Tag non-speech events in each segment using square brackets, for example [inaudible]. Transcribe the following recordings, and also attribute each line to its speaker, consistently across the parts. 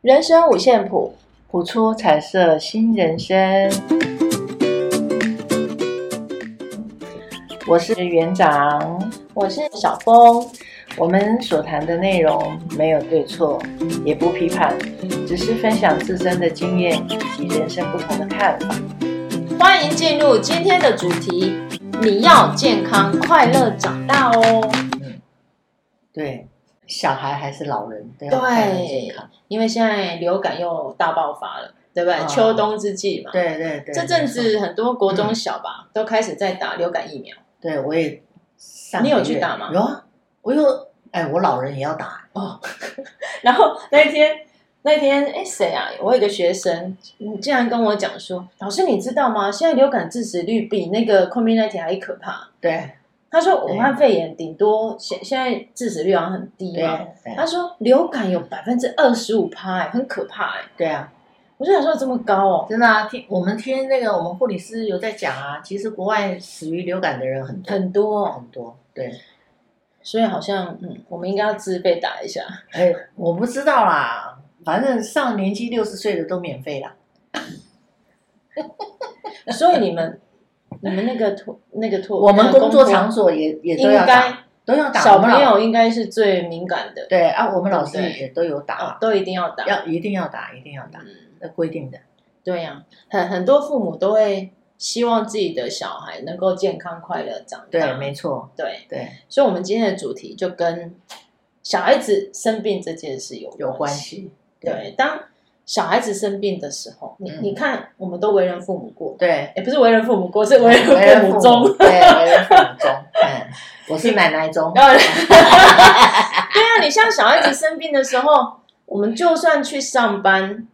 Speaker 1: 人生五线谱，谱出彩色新人生。我是园长，我是小峰。我们所谈的内容没有对错，也不批判，只是分享自身的经验以及人生不同的看法。
Speaker 2: 欢迎进入今天的主题：你要健康快乐长大哦。
Speaker 1: 对，小孩还是老人都要快乐健
Speaker 2: 对
Speaker 1: 康。，
Speaker 2: 因为现在流感又大爆发了，对不对？
Speaker 1: 嗯
Speaker 2: 秋冬之际嘛，
Speaker 1: 对对对，
Speaker 2: 这阵
Speaker 1: 没错
Speaker 2: 子很多国中小吧、都开始在打流感疫苗。
Speaker 1: 对我也上个
Speaker 2: 你有去
Speaker 1: 月
Speaker 2: 打吗
Speaker 1: 有啊，我有。哎，我老人也要打。
Speaker 2: 然后那天，那天哎谁啊？我有一个学生，你竟然跟我讲说，老师你知道吗？现在流感致死率比那个 COVID-19 还可怕。
Speaker 1: 对
Speaker 2: 他说武汉肺炎顶多现现在致死率好像很低
Speaker 1: 对
Speaker 2: 嘛。
Speaker 1: 对
Speaker 2: 他说流感有百分之二十五趴，哎、很可怕哎、
Speaker 1: 对啊！
Speaker 2: 我就想说这么高哦，
Speaker 1: 真的啊，听我们听那个我们护理师有在讲啊，其实国外死于流感的人很多
Speaker 2: 很多、哦，
Speaker 1: 很多。对，
Speaker 2: 所以好像嗯，我们应该要自费打一下。
Speaker 1: 哎，我不知道啦，反正上年纪六十岁的都免费啦。
Speaker 2: 所以你们你们那个托那个托，
Speaker 1: 我们
Speaker 2: 那个
Speaker 1: 工作
Speaker 2: 作
Speaker 1: 场所也也都
Speaker 2: 嗯应
Speaker 1: 要打，
Speaker 2: 该
Speaker 1: 都要打。
Speaker 2: 小
Speaker 1: 我们老
Speaker 2: 朋友应该是最敏感的，
Speaker 1: 对啊，我们老师
Speaker 2: 对不对
Speaker 1: 也都有打
Speaker 2: 哦，，都一定要打。
Speaker 1: 要一定要打，一定要打，
Speaker 2: 嗯，
Speaker 1: 那规定的。
Speaker 2: 对呀、很很多父母都会希望自己的小孩能够健康快乐长大。
Speaker 1: 对，没错，
Speaker 2: 对，
Speaker 1: 对，
Speaker 2: 所以我们今天的主题就跟小孩子生病这件事有
Speaker 1: 有关
Speaker 2: 关。
Speaker 1: 系。对
Speaker 2: 对，当小孩子生病的时候，你、
Speaker 1: 嗯
Speaker 2: 你看，我们都为人父母过，
Speaker 1: 对，
Speaker 2: 也不是为人父母过，是为人
Speaker 1: 为人
Speaker 2: 父母中。 [laughs]
Speaker 1: 对，为人父母中，嗯，我是奶奶中，
Speaker 2: 然后， [laughs] 对啊，你像小孩子生病的时候，我们就算去上班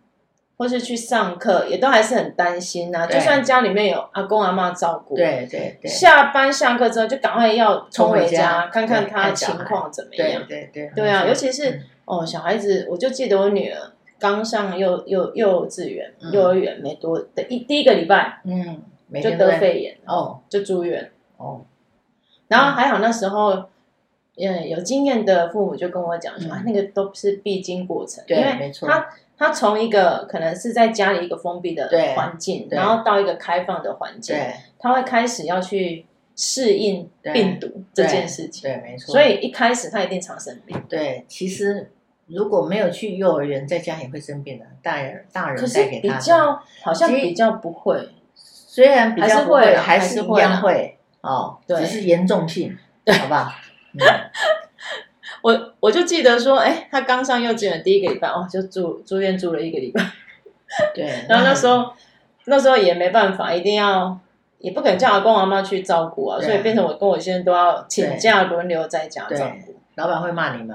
Speaker 2: 或是去上课，也都还是很担心呐、啊。
Speaker 1: 对
Speaker 2: 就算家里面有阿公阿妈照顾，，
Speaker 1: 对对对，
Speaker 2: 下班下课之后就赶快要冲回家，
Speaker 1: 冲回家
Speaker 2: 看看他
Speaker 1: 对看小
Speaker 2: 情
Speaker 1: 孩
Speaker 2: 况怎么
Speaker 1: 对
Speaker 2: 样。
Speaker 1: 对对，
Speaker 2: 对啊，
Speaker 1: 没错
Speaker 2: 尤其是、
Speaker 1: 嗯
Speaker 2: 哦，小孩子，我就记得我女儿刚上幼幼幼稚园、
Speaker 1: 嗯
Speaker 2: 幼儿园没多的一第一个礼拜
Speaker 1: 嗯，每
Speaker 2: 就
Speaker 1: 天都
Speaker 2: 得
Speaker 1: 在
Speaker 2: 肺炎，
Speaker 1: 哦
Speaker 2: 就住院。
Speaker 1: 哦，
Speaker 2: 然
Speaker 1: 嗯
Speaker 2: 后还好那时候，嗯，有经验的父母就跟我讲说，
Speaker 1: 嗯
Speaker 2: 啊，那个都是必经过程，
Speaker 1: 对
Speaker 2: 因为
Speaker 1: 没错
Speaker 2: 他他从一个可能是在家里一个封闭的
Speaker 1: 对
Speaker 2: 环境，
Speaker 1: 对
Speaker 2: 然后到一个开放的环境，
Speaker 1: 对
Speaker 2: 他会开始要去适应
Speaker 1: 对
Speaker 2: 病毒这件事情，
Speaker 1: 对，没错。
Speaker 2: 所以一开始他一定常生病。
Speaker 1: 对，其实如果没有去幼儿园，在家也会生病的，大人大
Speaker 2: 可
Speaker 1: 人
Speaker 2: 是
Speaker 1: 带给
Speaker 2: 比
Speaker 1: 他的，
Speaker 2: 较好像
Speaker 1: 其实
Speaker 2: 比较不会，
Speaker 1: 虽然比较不
Speaker 2: 还是会啦
Speaker 1: 还
Speaker 2: 还是
Speaker 1: 是一
Speaker 2: 会啦
Speaker 1: 样会哦，
Speaker 2: 对
Speaker 1: 只是严重性，
Speaker 2: [laughs]
Speaker 1: 好吧？嗯，
Speaker 2: 我我就记得说，哎，他刚上幼稚园第一个礼拜，哦，就住住院住了一个礼拜， [laughs]
Speaker 1: 对。
Speaker 2: 然后那时候那时候也没办法，一定要也不肯叫阿公阿妈去照顾啊，
Speaker 1: 对啊
Speaker 2: 所以变成我跟我先生都要请假轮流在家照顾。
Speaker 1: 老板会骂你吗？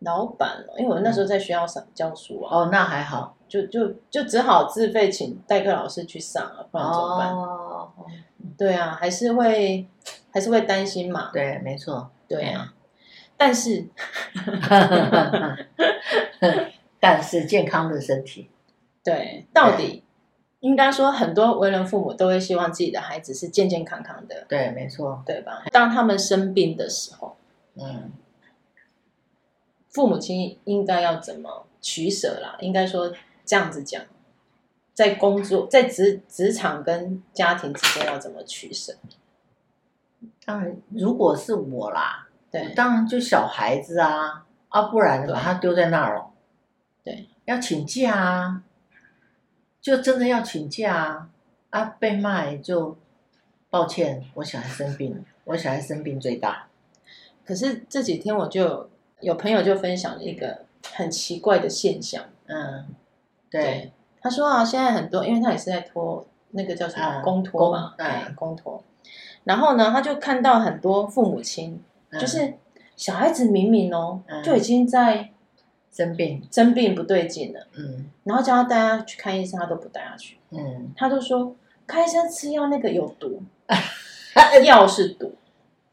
Speaker 2: 老板哦，因为我那时候在学校上教书啊，
Speaker 1: 哦，那还好。
Speaker 2: 就就就只好自费请代课老师去上啊，不然怎么办？
Speaker 1: 哦，
Speaker 2: 对啊，还是会还是会担心嘛，
Speaker 1: 对，没错。 [laughs]
Speaker 2: 对啊。但是
Speaker 1: 但是健康的身体，
Speaker 2: 对，到底应该说很多为人父母都会希望自己的孩子是健健康康的，
Speaker 1: 对，没错。
Speaker 2: 对吧？当他们生病的时候，
Speaker 1: 嗯，
Speaker 2: 父母亲应该要怎么取舍啦？应该说这样子讲，在工作、在职职场跟家庭之间要怎么取舍？
Speaker 1: 当然，如果是我啦，
Speaker 2: 对
Speaker 1: 当然就小孩子啊，啊，不然
Speaker 2: 对
Speaker 1: 把他丢在那儿哦。
Speaker 2: 对，
Speaker 1: 要请假啊，就真的要请假啊，啊，被骂也就抱歉，我小孩生病了，我小孩生病最大。
Speaker 2: 可是这几天我就有有朋友就分享了一个很奇怪的现象，
Speaker 1: 嗯，对，
Speaker 2: 他说啊，现在很多，因为他也是在托那个叫什么
Speaker 1: 嗯
Speaker 2: 公托嘛，
Speaker 1: 公
Speaker 2: 哎
Speaker 1: 嗯
Speaker 2: 公托，然后呢，他就看到很多父母亲，
Speaker 1: 嗯
Speaker 2: 就是小孩子明明哦、
Speaker 1: 嗯
Speaker 2: 就已经在
Speaker 1: 生病，
Speaker 2: 生病不对劲了。
Speaker 1: 嗯
Speaker 2: 然后叫他带他去看医生，他都不带他去，
Speaker 1: 嗯，
Speaker 2: 他就说看医生吃药那个有
Speaker 1: [laughs]
Speaker 2: 毒，药是毒，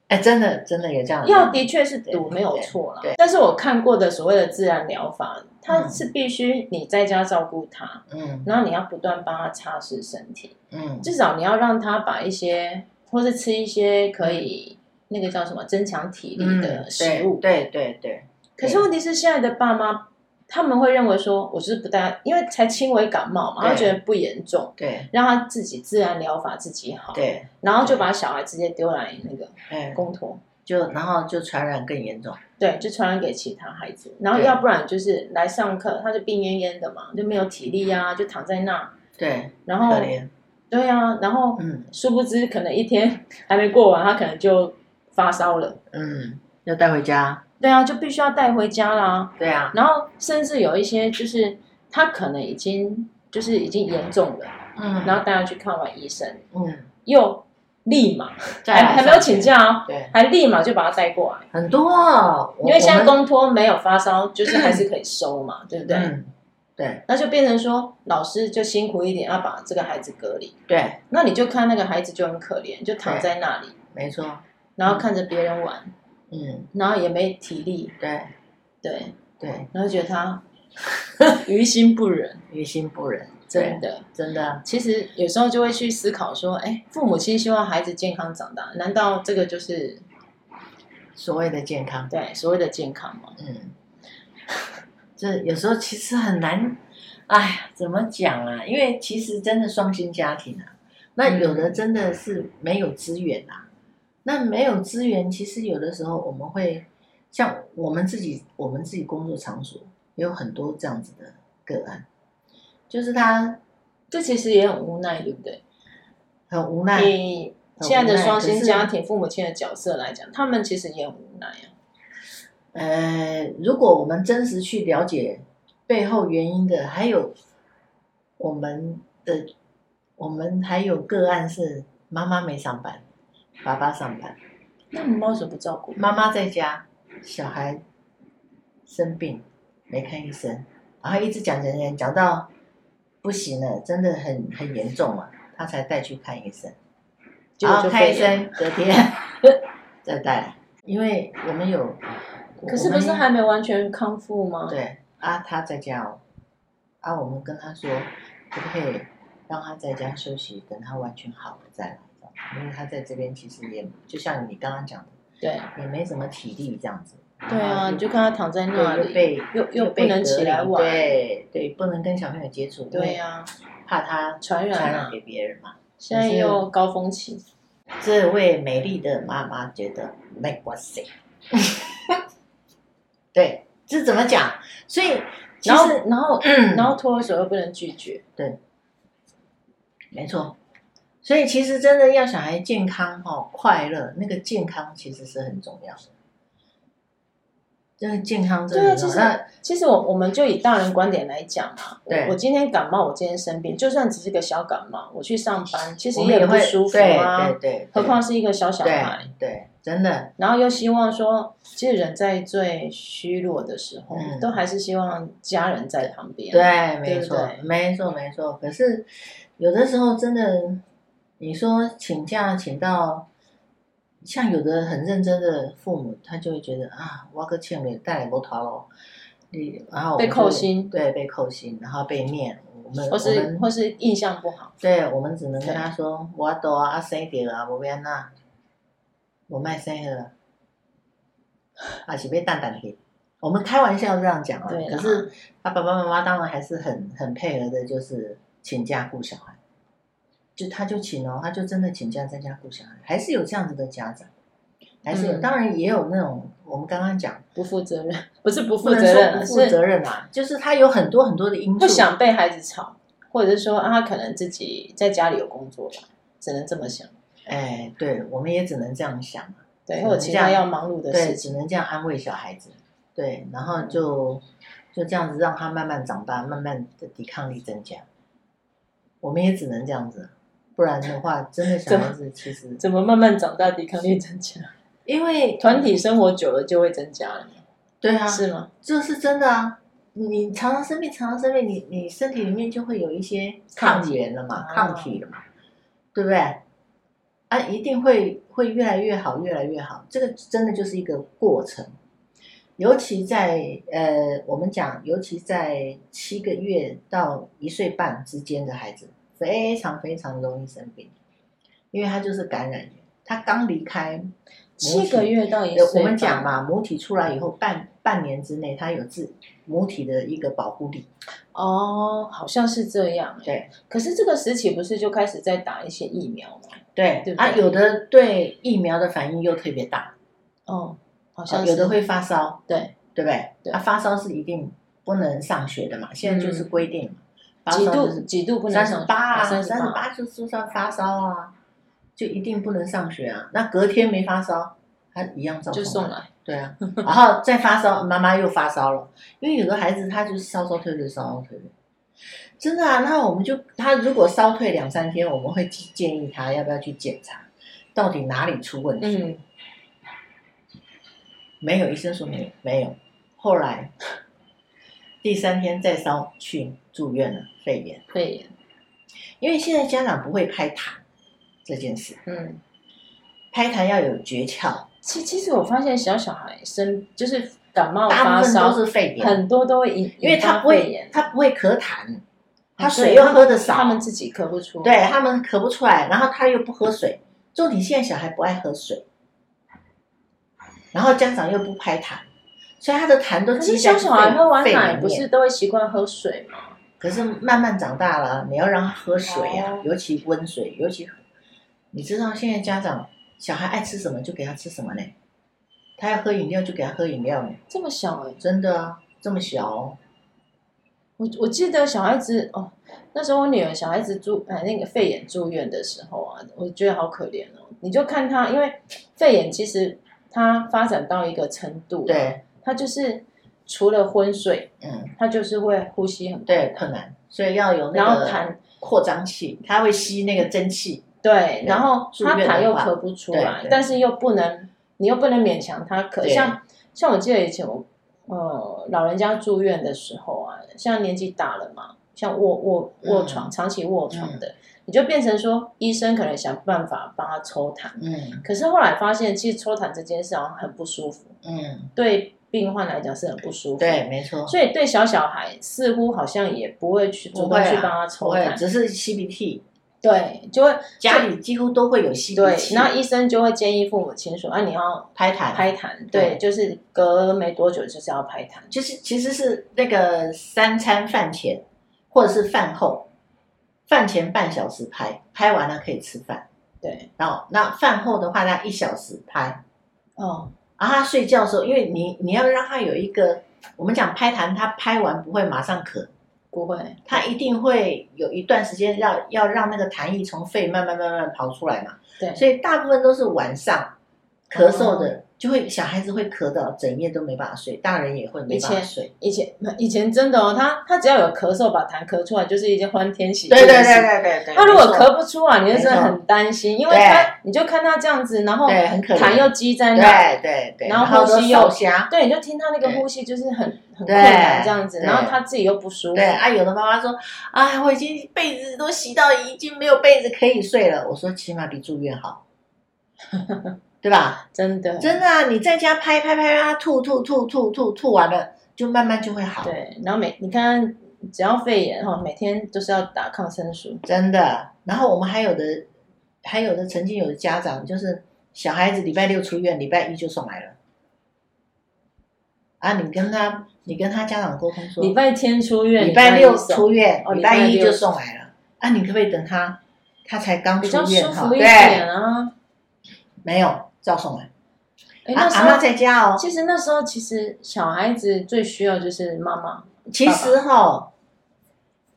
Speaker 1: 哎，真的真的有这样的
Speaker 2: 药的确是毒，
Speaker 1: 嗯对
Speaker 2: 没有错啦
Speaker 1: 对对。
Speaker 2: 但是我看过的所谓的自然疗法，它是必须你在家照顾他，
Speaker 1: 嗯
Speaker 2: 然后你要不断帮他擦拭身体，
Speaker 1: 嗯，
Speaker 2: 至少你要让他把一些或是吃一些可以那个叫什么增强体力
Speaker 1: 嗯
Speaker 2: 的食物。
Speaker 1: 对对对对，
Speaker 2: 可是问题是现在的爸妈。他们会认为说，我就是不带，因为才轻微感冒嘛，
Speaker 1: 对
Speaker 2: 他觉得不严重，
Speaker 1: 对
Speaker 2: 让他自己自然疗法自己好，
Speaker 1: 对，
Speaker 2: 然后就把小孩直接丢来那个
Speaker 1: 哎，
Speaker 2: 公托，
Speaker 1: 就然后就传染更严重，
Speaker 2: 对，就传染给其他孩子，然后
Speaker 1: 对
Speaker 2: 要不然就是来上课，他就病恹恹的嘛，就没有体力啊，就躺在那，
Speaker 1: 对，
Speaker 2: 然
Speaker 1: 可
Speaker 2: 后
Speaker 1: 怜，
Speaker 2: 对啊，然后
Speaker 1: 嗯
Speaker 2: 殊不知可能一天还没过完，他可能就发烧了，
Speaker 1: 嗯，要带回家，
Speaker 2: 对啊，就必须要带回家啦，
Speaker 1: 对啊，
Speaker 2: 然后甚至有一些就是他可能已经就是已经严重了，
Speaker 1: 嗯
Speaker 2: 然后带他去看完医生，
Speaker 1: 嗯，
Speaker 2: 又立马
Speaker 1: 再
Speaker 2: 还
Speaker 1: 来
Speaker 2: 还没有请假哦，
Speaker 1: 对，
Speaker 2: 还立马就把他带过来，
Speaker 1: 很多哦，我
Speaker 2: 因为现在
Speaker 1: 我们
Speaker 2: 公托没有发烧，就是还是可以收嘛，对不对？
Speaker 1: 嗯，对
Speaker 2: 那就变成说老师就辛苦一点，要把这个孩子隔离。
Speaker 1: 对，
Speaker 2: 那你就看那个孩子就很可怜，就躺在那里，
Speaker 1: 没错，
Speaker 2: 然后看着别人玩，
Speaker 1: 嗯，
Speaker 2: 然后也没体力，
Speaker 1: 对
Speaker 2: 对，
Speaker 1: 对，
Speaker 2: 然后觉得他于心不忍，
Speaker 1: 于心不忍，
Speaker 2: 真的。
Speaker 1: 对真的，
Speaker 2: 其实有时候就会去思考说，哎，父母亲希望孩子健康长大，难道这个就是
Speaker 1: 所谓的健康，
Speaker 2: 对所谓的健康吗？
Speaker 1: 嗯，这有时候其实很难，哎呀，怎么讲啊？因为其实真的双薪家庭啊，那有的真的是没有资源啊。那没有资源，其实有的时候我们会像我们自己，我们自己工作场所也有很多这样子的个案，就是他
Speaker 2: 这其实也很无奈，对不对？
Speaker 1: 很无奈，
Speaker 2: 以现在的双薪
Speaker 1: 可是
Speaker 2: 家庭父母亲的角色来讲，他们其实也很无奈啊。
Speaker 1: 呃，如果我们真实去了解背后原因的，还有我们的，呃我们还有个案是妈妈没上班，爸爸上班，
Speaker 2: 那你们为什么不照顾？
Speaker 1: 妈妈在家，小孩生病没看医生，然后一直讲讲讲讲到不行了，真的很很严重了，他才带去看医生。
Speaker 2: 结
Speaker 1: 然
Speaker 2: 果
Speaker 1: 后
Speaker 2: 就
Speaker 1: 看
Speaker 2: 被
Speaker 1: 医生隔天 [laughs] 再带来，因为我们有，
Speaker 2: 可是
Speaker 1: 我
Speaker 2: 不
Speaker 1: 们
Speaker 2: 是还没完全康复吗？
Speaker 1: 对啊，他在家哦，啊，我们跟他说可不可以让他在家休息，等他完全好了再来，这样因为他在这边其实也就像你刚刚讲的，
Speaker 2: 对
Speaker 1: 也没什么体力这样子。
Speaker 2: 对啊，你就看他躺在
Speaker 1: 他
Speaker 2: 那
Speaker 1: 又
Speaker 2: 里，
Speaker 1: 被
Speaker 2: 又又不
Speaker 1: 被
Speaker 2: 能
Speaker 1: 隔
Speaker 2: 起来
Speaker 1: 离
Speaker 2: 玩，
Speaker 1: 对对，不能跟小朋友接触，因
Speaker 2: 对
Speaker 1: 为
Speaker 2: 呀，
Speaker 1: 怕他
Speaker 2: 传染啊
Speaker 1: 传染给别人嘛。
Speaker 2: 现在又高峰期，
Speaker 1: 这位美丽的妈妈觉得没关
Speaker 2: [laughs]
Speaker 1: 系，对，这怎么讲？所以其
Speaker 2: 然后
Speaker 1: 实
Speaker 2: 然后
Speaker 1: 嗯
Speaker 2: 然后托儿所又不能拒绝。
Speaker 1: 没错，所以其实真的要小孩健康哦，快乐那个健康其实是很重要的。这个健康真
Speaker 2: 对啊，
Speaker 1: 的很
Speaker 2: 其
Speaker 1: 重要。
Speaker 2: 实
Speaker 1: 那
Speaker 2: 其实我我们就以大人观点来讲嘛，
Speaker 1: 对
Speaker 2: 我我今天感冒，我今天生病，就算只是个小感冒，我去上班，其实
Speaker 1: 我们也
Speaker 2: 不
Speaker 1: 会
Speaker 2: 舒服
Speaker 1: 对
Speaker 2: 啊，
Speaker 1: 对对，
Speaker 2: 何
Speaker 1: 对
Speaker 2: 况是一个小小
Speaker 1: 对
Speaker 2: 孩，
Speaker 1: 对，真的
Speaker 2: 然后又希望说，其实人在最虚弱的时候，
Speaker 1: 嗯
Speaker 2: 都还是希望家人在旁边，
Speaker 1: 对，
Speaker 2: 对
Speaker 1: 没
Speaker 2: 不
Speaker 1: 错
Speaker 2: 对
Speaker 1: 没错没错。可是有的时候真的，你说请假请到。像有的很认真的父母，他就会觉得啊，我个欠你带来不逃咯，你然后我
Speaker 2: 被
Speaker 1: 就
Speaker 2: 扣薪
Speaker 1: 对，被扣薪，然后被念，我们
Speaker 2: 或
Speaker 1: 我
Speaker 2: 是
Speaker 1: 们
Speaker 2: 或是印象不好，
Speaker 1: 对，我们只能跟他说，我多啊，生掉啊，无要那，我卖生了，啊是被蛋蛋去。我们开玩笑这样讲啊，
Speaker 2: 对啦
Speaker 1: 可是他爸爸妈妈当然还是很很配合的，就是请假顾小孩，就他就请哦，他就真的请假在家顾小孩，还是有这样子的家长，还是有，
Speaker 2: 嗯
Speaker 1: 当然也有那种我们刚刚讲
Speaker 2: 不负责任， [laughs] 不是不
Speaker 1: 不
Speaker 2: 负
Speaker 1: 能
Speaker 2: 责任
Speaker 1: 说
Speaker 2: 啊，
Speaker 1: 不负责
Speaker 2: 是
Speaker 1: 任啊，就是他有很多很多的因素，
Speaker 2: 不想被孩子吵，或者是说啊，他可能自己在家里有工作吧，只能这么想，
Speaker 1: 哎，对，我们也只能这样想啊。
Speaker 2: 对，
Speaker 1: 嗯
Speaker 2: 或者其
Speaker 1: 这
Speaker 2: 他
Speaker 1: 样
Speaker 2: 要忙碌的
Speaker 1: 对，
Speaker 2: 事
Speaker 1: 只
Speaker 2: 情，
Speaker 1: 能这样安慰小孩子。对，然后就就这样子让他慢慢长大，慢慢的抵抗力增加。我们也只能这样子，不然的话，真的小孩子其实
Speaker 2: 怎么慢慢长大，抵抗力增加？
Speaker 1: [laughs] 因为
Speaker 2: 团体生活久了就会增加了，
Speaker 1: 对啊，
Speaker 2: 是吗？
Speaker 1: 这是真的啊。你常常生病，常常生病，你你身体里面就会有一些
Speaker 2: 抗
Speaker 1: 抗
Speaker 2: 体
Speaker 1: 原了嘛，
Speaker 2: 哦
Speaker 1: 抗体了嘛，对不对？啊，一定会会越来越好，越来越好。这个真的就是一个过程，尤其在呃，我们讲，尤其在七个月到一岁半之间的孩子，非常非常容易生病，因为他就是感染源，他刚离开
Speaker 2: 七个月到一
Speaker 1: 呃
Speaker 2: 岁，
Speaker 1: 我们讲，嘛，母体出来以后半半年之内，它有自母体的一个保护力。
Speaker 2: 哦，好像是这样。
Speaker 1: 对
Speaker 2: 可是这个时期不是就开始在打一些疫苗吗？
Speaker 1: 对
Speaker 2: 对不对
Speaker 1: 啊，有的对疫苗的反应又特别大，
Speaker 2: 哦，好
Speaker 1: 啊
Speaker 2: 像是
Speaker 1: 有的会发烧，
Speaker 2: 对
Speaker 1: 对不对？
Speaker 2: 对嗯
Speaker 1: 啊，发烧是一定不能上学的嘛，现在就是规定嘛，发
Speaker 2: 几
Speaker 1: 烧就
Speaker 2: 度
Speaker 1: 是
Speaker 2: 几度不能
Speaker 1: 三
Speaker 2: 上哦
Speaker 1: 十八啊，
Speaker 2: 三
Speaker 1: 三
Speaker 2: 十
Speaker 1: 十
Speaker 2: 八，
Speaker 1: 八就就算发烧啊，就一定不能上学啊。那隔天没发烧，他一样照
Speaker 2: 就
Speaker 1: 送
Speaker 2: 送
Speaker 1: 啊
Speaker 2: 来。
Speaker 1: 对啊，然后再发烧，妈妈又发烧了，因为有的孩子他就是烧烧退退，烧烧退退，真的啊。那我们就他如果烧退两三天，我们会建议他要不要去检查，到底哪里出问题？
Speaker 2: 嗯，
Speaker 1: 没有，医生说没有，没有。后来第三天再烧，去住院了，肺炎。
Speaker 2: 肺炎，
Speaker 1: 因为现在家长不会拍痰这件事，
Speaker 2: 嗯。
Speaker 1: 拍痰要有诀窍，
Speaker 2: 其其实我发现小小孩生就是感冒
Speaker 1: 大
Speaker 2: 哦发
Speaker 1: 部分
Speaker 2: 烧
Speaker 1: 都，是肺炎，
Speaker 2: 很多都会引，
Speaker 1: 因为
Speaker 2: 引
Speaker 1: 他
Speaker 2: 发
Speaker 1: 不
Speaker 2: 肺
Speaker 1: 会
Speaker 2: 炎，哦
Speaker 1: 他不会咳痰，他
Speaker 2: 所以
Speaker 1: 水又喝的
Speaker 2: 他
Speaker 1: 少，
Speaker 2: 们自己咳不出。
Speaker 1: 对他们咳不出来，然后他又不喝水，重点现在小孩不爱喝水，然后家长又不拍痰，所以他的痰都
Speaker 2: 可是
Speaker 1: 积
Speaker 2: 小
Speaker 1: 在
Speaker 2: 小孩喝完
Speaker 1: 肺肺
Speaker 2: 奶
Speaker 1: 里
Speaker 2: 不是
Speaker 1: 面。
Speaker 2: 都会习惯喝水吗？
Speaker 1: 可是慢慢长大了，你要让他喝水啊
Speaker 2: 哦，
Speaker 1: 尤其温水，尤其你知道现在家长小孩爱吃什么就给他吃什么呢？他要喝饮料就给他喝饮料呢，
Speaker 2: 这么小哎、
Speaker 1: 真的啊，这么小、哦，
Speaker 2: 我我记得小孩子哦，那时候我女儿小孩子住哎那个肺炎住院的时候啊，我觉得好可怜哦。你就看她，因为肺炎其实它发展到一个程度，，啊
Speaker 1: 对，
Speaker 2: 它就是除了昏睡，
Speaker 1: 嗯，
Speaker 2: 它就是会呼吸很
Speaker 1: 对，困难，所以要有
Speaker 2: 然
Speaker 1: 那
Speaker 2: 后
Speaker 1: 个
Speaker 2: 痰
Speaker 1: 扩张器，它会吸那个蒸汽，
Speaker 2: 对，然后
Speaker 1: 住
Speaker 2: 他
Speaker 1: 院的
Speaker 2: 痰又
Speaker 1: 话
Speaker 2: 咳不出
Speaker 1: 对
Speaker 2: 来
Speaker 1: 对，
Speaker 2: 但是又不能，你又不能勉强他咳。
Speaker 1: 对
Speaker 2: 像像我记得以前我呃老人家住院的时候啊，像年纪大了嘛，像卧卧
Speaker 1: 嗯
Speaker 2: 卧床、长期卧床的，你就变成说医生可能想办法帮他抽痰，
Speaker 1: 嗯
Speaker 2: 可是后来发现其实抽痰这件事好像很不舒服，
Speaker 1: 嗯，
Speaker 2: 对病患来讲是很不舒服。
Speaker 1: 对，。没错，
Speaker 2: 所以对小小孩似乎好像也不会去主动
Speaker 1: 不会啊
Speaker 2: 去帮他抽
Speaker 1: 不会
Speaker 2: 痰，
Speaker 1: 只是 CBT，
Speaker 2: 对，就会
Speaker 1: 家里几乎都会有 CBT，
Speaker 2: 对，然后医生就会建议父母亲说：“啊，你要
Speaker 1: 拍痰，
Speaker 2: 拍痰，对，
Speaker 1: 对
Speaker 2: 就是隔没多久就是要拍痰。
Speaker 1: 就是其实是那个三餐饭前或者是饭后，饭前半小时拍，拍完了可以吃饭，”
Speaker 2: 对，
Speaker 1: 然后那饭后的话，他一小时拍，
Speaker 2: 哦，
Speaker 1: 然后他睡觉的时候，因为你你要让他有一个，我们讲拍痰，他拍完不会马上咳，
Speaker 2: 不会，
Speaker 1: 他一定会有一段时间要要让那个痰液从肺慢慢慢慢跑出来嘛。
Speaker 2: 对，哦
Speaker 1: 所以大部分都是晚上咳嗽的，就会小孩子会咳到整夜都没办法睡，大人也会没办法睡。
Speaker 2: 以前以前真的哦，他他只要有咳嗽，把痰咳出来就是一件欢天喜地
Speaker 1: 对
Speaker 2: 的事。
Speaker 1: 对对对对对，
Speaker 2: 他如果
Speaker 1: 没错，
Speaker 2: 咳不出来，你就真的很担心，因为他你就看他这样子，然后
Speaker 1: 对很可怜
Speaker 2: 痰又积在那，
Speaker 1: 对对对，
Speaker 2: 然后
Speaker 1: 都
Speaker 2: 呼吸又
Speaker 1: 受瞎。
Speaker 2: 对，你就听他那个
Speaker 1: 对
Speaker 2: 呼吸就是很很
Speaker 1: 对
Speaker 2: 困难这样子，
Speaker 1: 对
Speaker 2: 然后他自己又不舒服
Speaker 1: 对。啊，有的妈妈说，哎，我已经被子都洗到已经没有被子可以睡了。我说起码比住院
Speaker 2: [laughs]
Speaker 1: 好，对吧？
Speaker 2: 真的，
Speaker 1: 真的啊，你在家拍拍拍，让他吐吐吐吐吐吐完了，就慢慢就会好。
Speaker 2: 对，然后每你看，只要肺炎哈，每天都是要打抗生素。
Speaker 1: 真的。然后我们还有的，还有的曾经有的家长就是小孩子礼拜六出院，礼拜一就送来了。啊，你跟他，你跟他家长沟通说，
Speaker 2: 礼拜天出院，
Speaker 1: 礼拜六
Speaker 2: 一送
Speaker 1: 出院，
Speaker 2: 哦
Speaker 1: 礼拜
Speaker 2: 礼
Speaker 1: 一
Speaker 2: 拜六
Speaker 1: 就送来了。啊，你可不可以等他，他才刚
Speaker 2: 比
Speaker 1: 出
Speaker 2: 较舒
Speaker 1: 院
Speaker 2: 服
Speaker 1: 哈？
Speaker 2: 一
Speaker 1: 对
Speaker 2: 点，啊。
Speaker 1: 没有，照送来。
Speaker 2: 哎，
Speaker 1: 啊，
Speaker 2: 那时
Speaker 1: 阿妈
Speaker 2: 候
Speaker 1: 在家哦。
Speaker 2: 其实那时候其实小孩子最需要就是妈妈，
Speaker 1: 其实哈，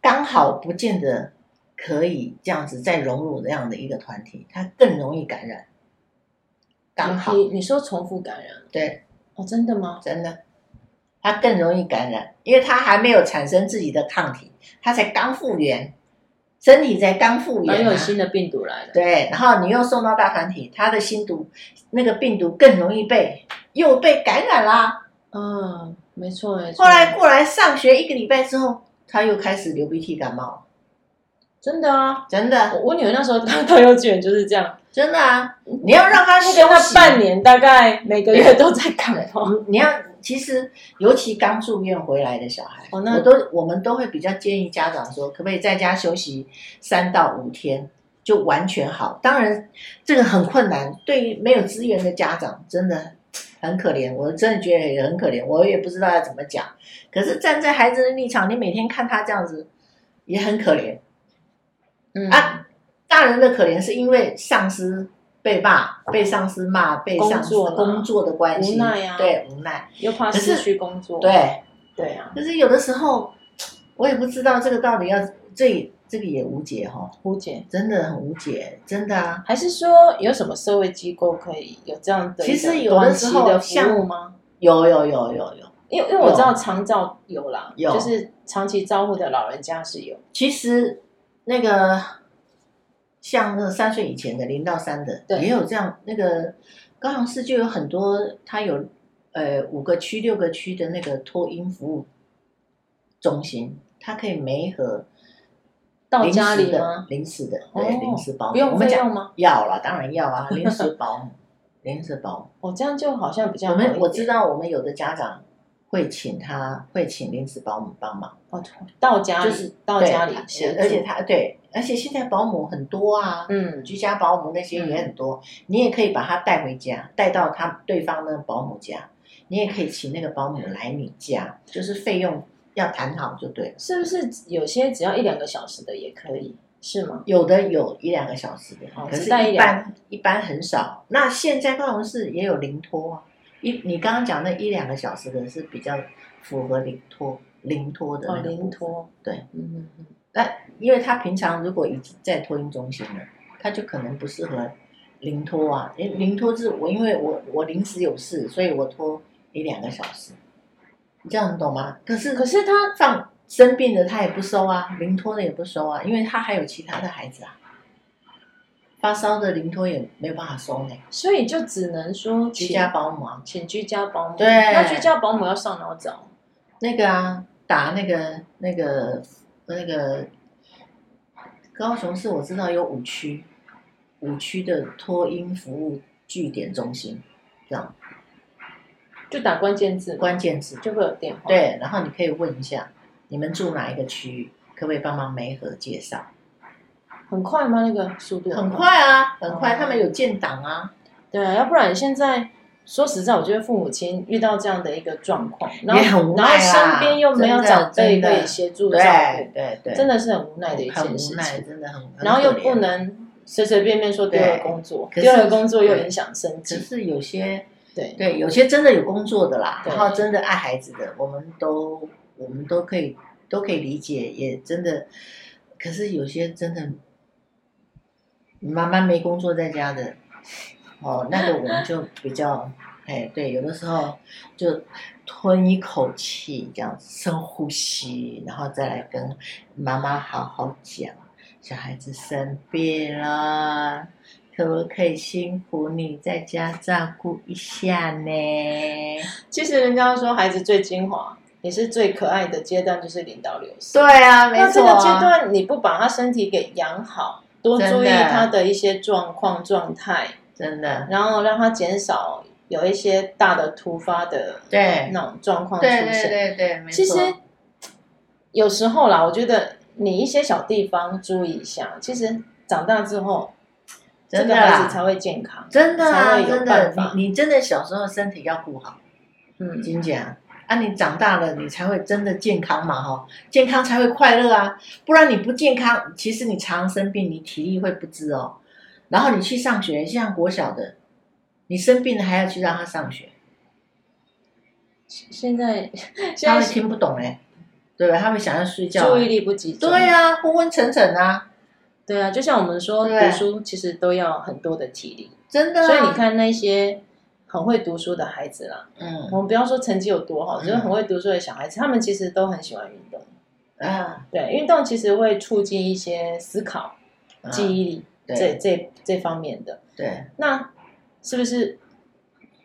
Speaker 1: 刚好不见得可以这样子再融入这样的一个团体，他更容易感染。刚好
Speaker 2: 你你说重复感染
Speaker 1: 对，
Speaker 2: 哦，真的吗？
Speaker 1: 真的，它更容易感染，因为它还没有产生自己的抗体，它才刚复原，身体才刚复
Speaker 2: 然后
Speaker 1: 原、
Speaker 2: 又
Speaker 1: 啊
Speaker 2: 有。新的病毒来了，
Speaker 1: 对，然后你又送到大团体，它的新毒那个病毒更容易被又被感染啦。
Speaker 2: 嗯，没错没错。
Speaker 1: 后来过来上学一个礼拜之后，他又开始流鼻涕感冒，
Speaker 2: 真的啊，
Speaker 1: 真的
Speaker 2: 我我女儿那时候她到幼稚园就是这样，
Speaker 1: 真的啊！你要让
Speaker 2: 她
Speaker 1: 他休息
Speaker 2: 跟她半年大概每个月都在感冒。
Speaker 1: 嗯你要其实，尤其刚住院回来的小孩，
Speaker 2: 哦那
Speaker 1: 我都我们都会比较建议家长说，可不可以在家休息三到五天，就完全好。当然，这个很困难，对于没有资源的家长真的很可怜，我真的觉得也很可怜，我也不知道要怎么讲。可是站在孩子的立场，你每天看他这样子，也很可怜。
Speaker 2: 嗯
Speaker 1: 啊，大人的可怜是因为上司被骂、被上司骂、被上司
Speaker 2: 工作啦
Speaker 1: 工作的关系，
Speaker 2: 无奈啊
Speaker 1: 对无奈，
Speaker 2: 又怕
Speaker 1: 可是
Speaker 2: 失去工作，
Speaker 1: 对。
Speaker 2: 对啊，
Speaker 1: 可是有的时候，我也不知道这个到底要这这个也无解哈、
Speaker 2: 胡姐，
Speaker 1: 真的很无解，真的啊。
Speaker 2: 还是说有什么社会机构可以有这样的一个
Speaker 1: 其实有
Speaker 2: 短
Speaker 1: 的
Speaker 2: 期
Speaker 1: 时候
Speaker 2: 的服务
Speaker 1: 像
Speaker 2: 吗？
Speaker 1: 有有有有有，
Speaker 2: 因为因为我知道长照有啦，
Speaker 1: 有
Speaker 2: 就是长期照护的老人家是有，
Speaker 1: 其实那个像那三岁以前的零到三的
Speaker 2: 对
Speaker 1: 也有这样，那个高雄市就有很多，它有呃五个区六个区的那个托婴服务中心，它可以媒合
Speaker 2: 到
Speaker 1: 临时
Speaker 2: 家里
Speaker 1: 的
Speaker 2: 吗？
Speaker 1: 临时的
Speaker 2: 哦
Speaker 1: 对临时保姆，
Speaker 2: 不用
Speaker 1: 我们
Speaker 2: 费
Speaker 1: 讲
Speaker 2: 用吗？
Speaker 1: 要了，当然要啊，临时保姆， [laughs] 临时保姆。
Speaker 2: 哦，这样就好像比较
Speaker 1: 我
Speaker 2: 好一
Speaker 1: 们
Speaker 2: 点
Speaker 1: 我知道，我们有的家长会请他，会请临时保姆帮忙，
Speaker 2: 哦，到家里
Speaker 1: 就是
Speaker 2: 到
Speaker 1: 对
Speaker 2: 家里
Speaker 1: 他
Speaker 2: 协助，
Speaker 1: 而且他对，而且现在保姆很多啊，
Speaker 2: 嗯
Speaker 1: 居家保姆那些也很多，你也可以把他带回家，带到他对方那个保姆家，你也可以请那个保姆来你家，就是费用要谈好就对了。
Speaker 2: 是不是有些只要一两个小时的也可以是吗？
Speaker 1: 有的有一两个小时的，
Speaker 2: 哦
Speaker 1: 可是
Speaker 2: 只带一
Speaker 1: 一
Speaker 2: 两
Speaker 1: 般一般很少。那现在高雄市也有零托啊，一你刚刚讲那一两个小时的是比较符合零托零托的
Speaker 2: 哦，
Speaker 1: 那个
Speaker 2: 零
Speaker 1: 部分，
Speaker 2: 托，
Speaker 1: 对，
Speaker 2: 嗯嗯
Speaker 1: 那因为他平常如果已经在托婴中心了，他就可能不适合零托啊。因为零托是我因为我我临时有事，所以我拖一两个小时，你这样你懂吗？可是
Speaker 2: 嗯。可是他
Speaker 1: 放生病的他也不收啊，零托的也不收啊，因为他还有其他的孩子啊，发烧的零托也没有办法收呢，
Speaker 2: 所以就只能说
Speaker 1: 居
Speaker 2: 请
Speaker 1: 家保姆啊，
Speaker 2: 请居家保姆，
Speaker 1: 对
Speaker 2: 那居家保姆要上哪找？
Speaker 1: 那个啊，打那个那个那个，高雄市我知道有五区，五区的托婴服务据点中心，这样
Speaker 2: 就打关键字嘛，
Speaker 1: 关键字
Speaker 2: 就会有电话，，
Speaker 1: 对，然后你可以问一下，你们住哪一个区域，可不可以帮忙媒合介绍？
Speaker 2: 很快吗？那个速度
Speaker 1: 很，快啊，很快，
Speaker 2: 哦
Speaker 1: 他们有建档啊。
Speaker 2: 对啊，要不然现在说实在，我觉得父母亲遇到这样的一个状况，然后
Speaker 1: 也很无
Speaker 2: 然后
Speaker 1: 奈啦
Speaker 2: 身边又没有
Speaker 1: 真的
Speaker 2: 长辈
Speaker 1: 真的
Speaker 2: 可以协助照
Speaker 1: 对
Speaker 2: 顾，
Speaker 1: 对对，
Speaker 2: 真的是很无奈的一
Speaker 1: 很
Speaker 2: 件
Speaker 1: 无
Speaker 2: 事
Speaker 1: 奈，
Speaker 2: 情。
Speaker 1: 真的很。很
Speaker 2: 然后又
Speaker 1: 可
Speaker 2: 不，
Speaker 1: 怜
Speaker 2: 能随随便便说丢了工作，
Speaker 1: 对
Speaker 2: 丢
Speaker 1: 可
Speaker 2: 了
Speaker 1: 是
Speaker 2: 工作又影响生
Speaker 1: 只
Speaker 2: 计，
Speaker 1: 是有些
Speaker 2: 对，
Speaker 1: 对有些真的有工作的啦，
Speaker 2: 对
Speaker 1: 然后真的爱孩子的，我们都我们都可以都可以理解，也真的。可是有些真的妈妈没工作在家的，哦，那个我们就比较。哎，对，有的时候就吞一口气，这样深呼吸，然后再来跟妈妈好好讲，小孩子生病了，可不可以辛苦你在家照顾一下呢？
Speaker 2: 其实人家说孩子最精华，也是最可爱的阶段，就是零到六岁。
Speaker 1: 对啊，没
Speaker 2: 那这
Speaker 1: 错、
Speaker 2: 个阶
Speaker 1: 啊。
Speaker 2: 段你不把他身体给养好，多注意
Speaker 1: 真的
Speaker 2: 他的一些状况状态，
Speaker 1: 真的，
Speaker 2: 然后让他减少有一些大的突发的
Speaker 1: 对
Speaker 2: 那种状况出
Speaker 1: 对对
Speaker 2: 现。
Speaker 1: 对对，没错。
Speaker 2: 其实有时候啦，我觉得你一些小地方注意一下，其实长大之后，这
Speaker 1: 真的
Speaker 2: 个
Speaker 1: 啦
Speaker 2: 孩子才会健康。
Speaker 1: 真的
Speaker 2: 才
Speaker 1: 啊，
Speaker 2: 会有
Speaker 1: 真
Speaker 2: 办
Speaker 1: 的，
Speaker 2: 法
Speaker 1: 你你真的小时候身体要顾好，
Speaker 2: 嗯，
Speaker 1: 金姐啊。啊，你长大了，你才会真的健康嘛，哈，健康才会快乐啊，不然你不健康，其实你常生病，你体力会不支哦。然后你去上学，像国小的，你生病了还要去让他上学，
Speaker 2: 现在现在
Speaker 1: 他们
Speaker 2: 是
Speaker 1: 听不懂哎，对吧？他们想要睡觉啊，
Speaker 2: 注意力不集中，
Speaker 1: 对呀、昏昏沉沉啊，
Speaker 2: 对啊，就像我们说，
Speaker 1: 对
Speaker 2: 读书其实都要很多的体力，
Speaker 1: 真的、啊。
Speaker 2: 所以你，看那些很会读书的孩子啦，
Speaker 1: 嗯
Speaker 2: 我们不要说成绩有多好，
Speaker 1: 嗯
Speaker 2: 就是很会读书的小孩子，他们其实都很喜欢运动。嗯
Speaker 1: 啊，
Speaker 2: 对，运动其实会促进一些思考、
Speaker 1: 啊
Speaker 2: 记忆力这
Speaker 1: 对
Speaker 2: 这这方面的。
Speaker 1: 对，
Speaker 2: 那是不是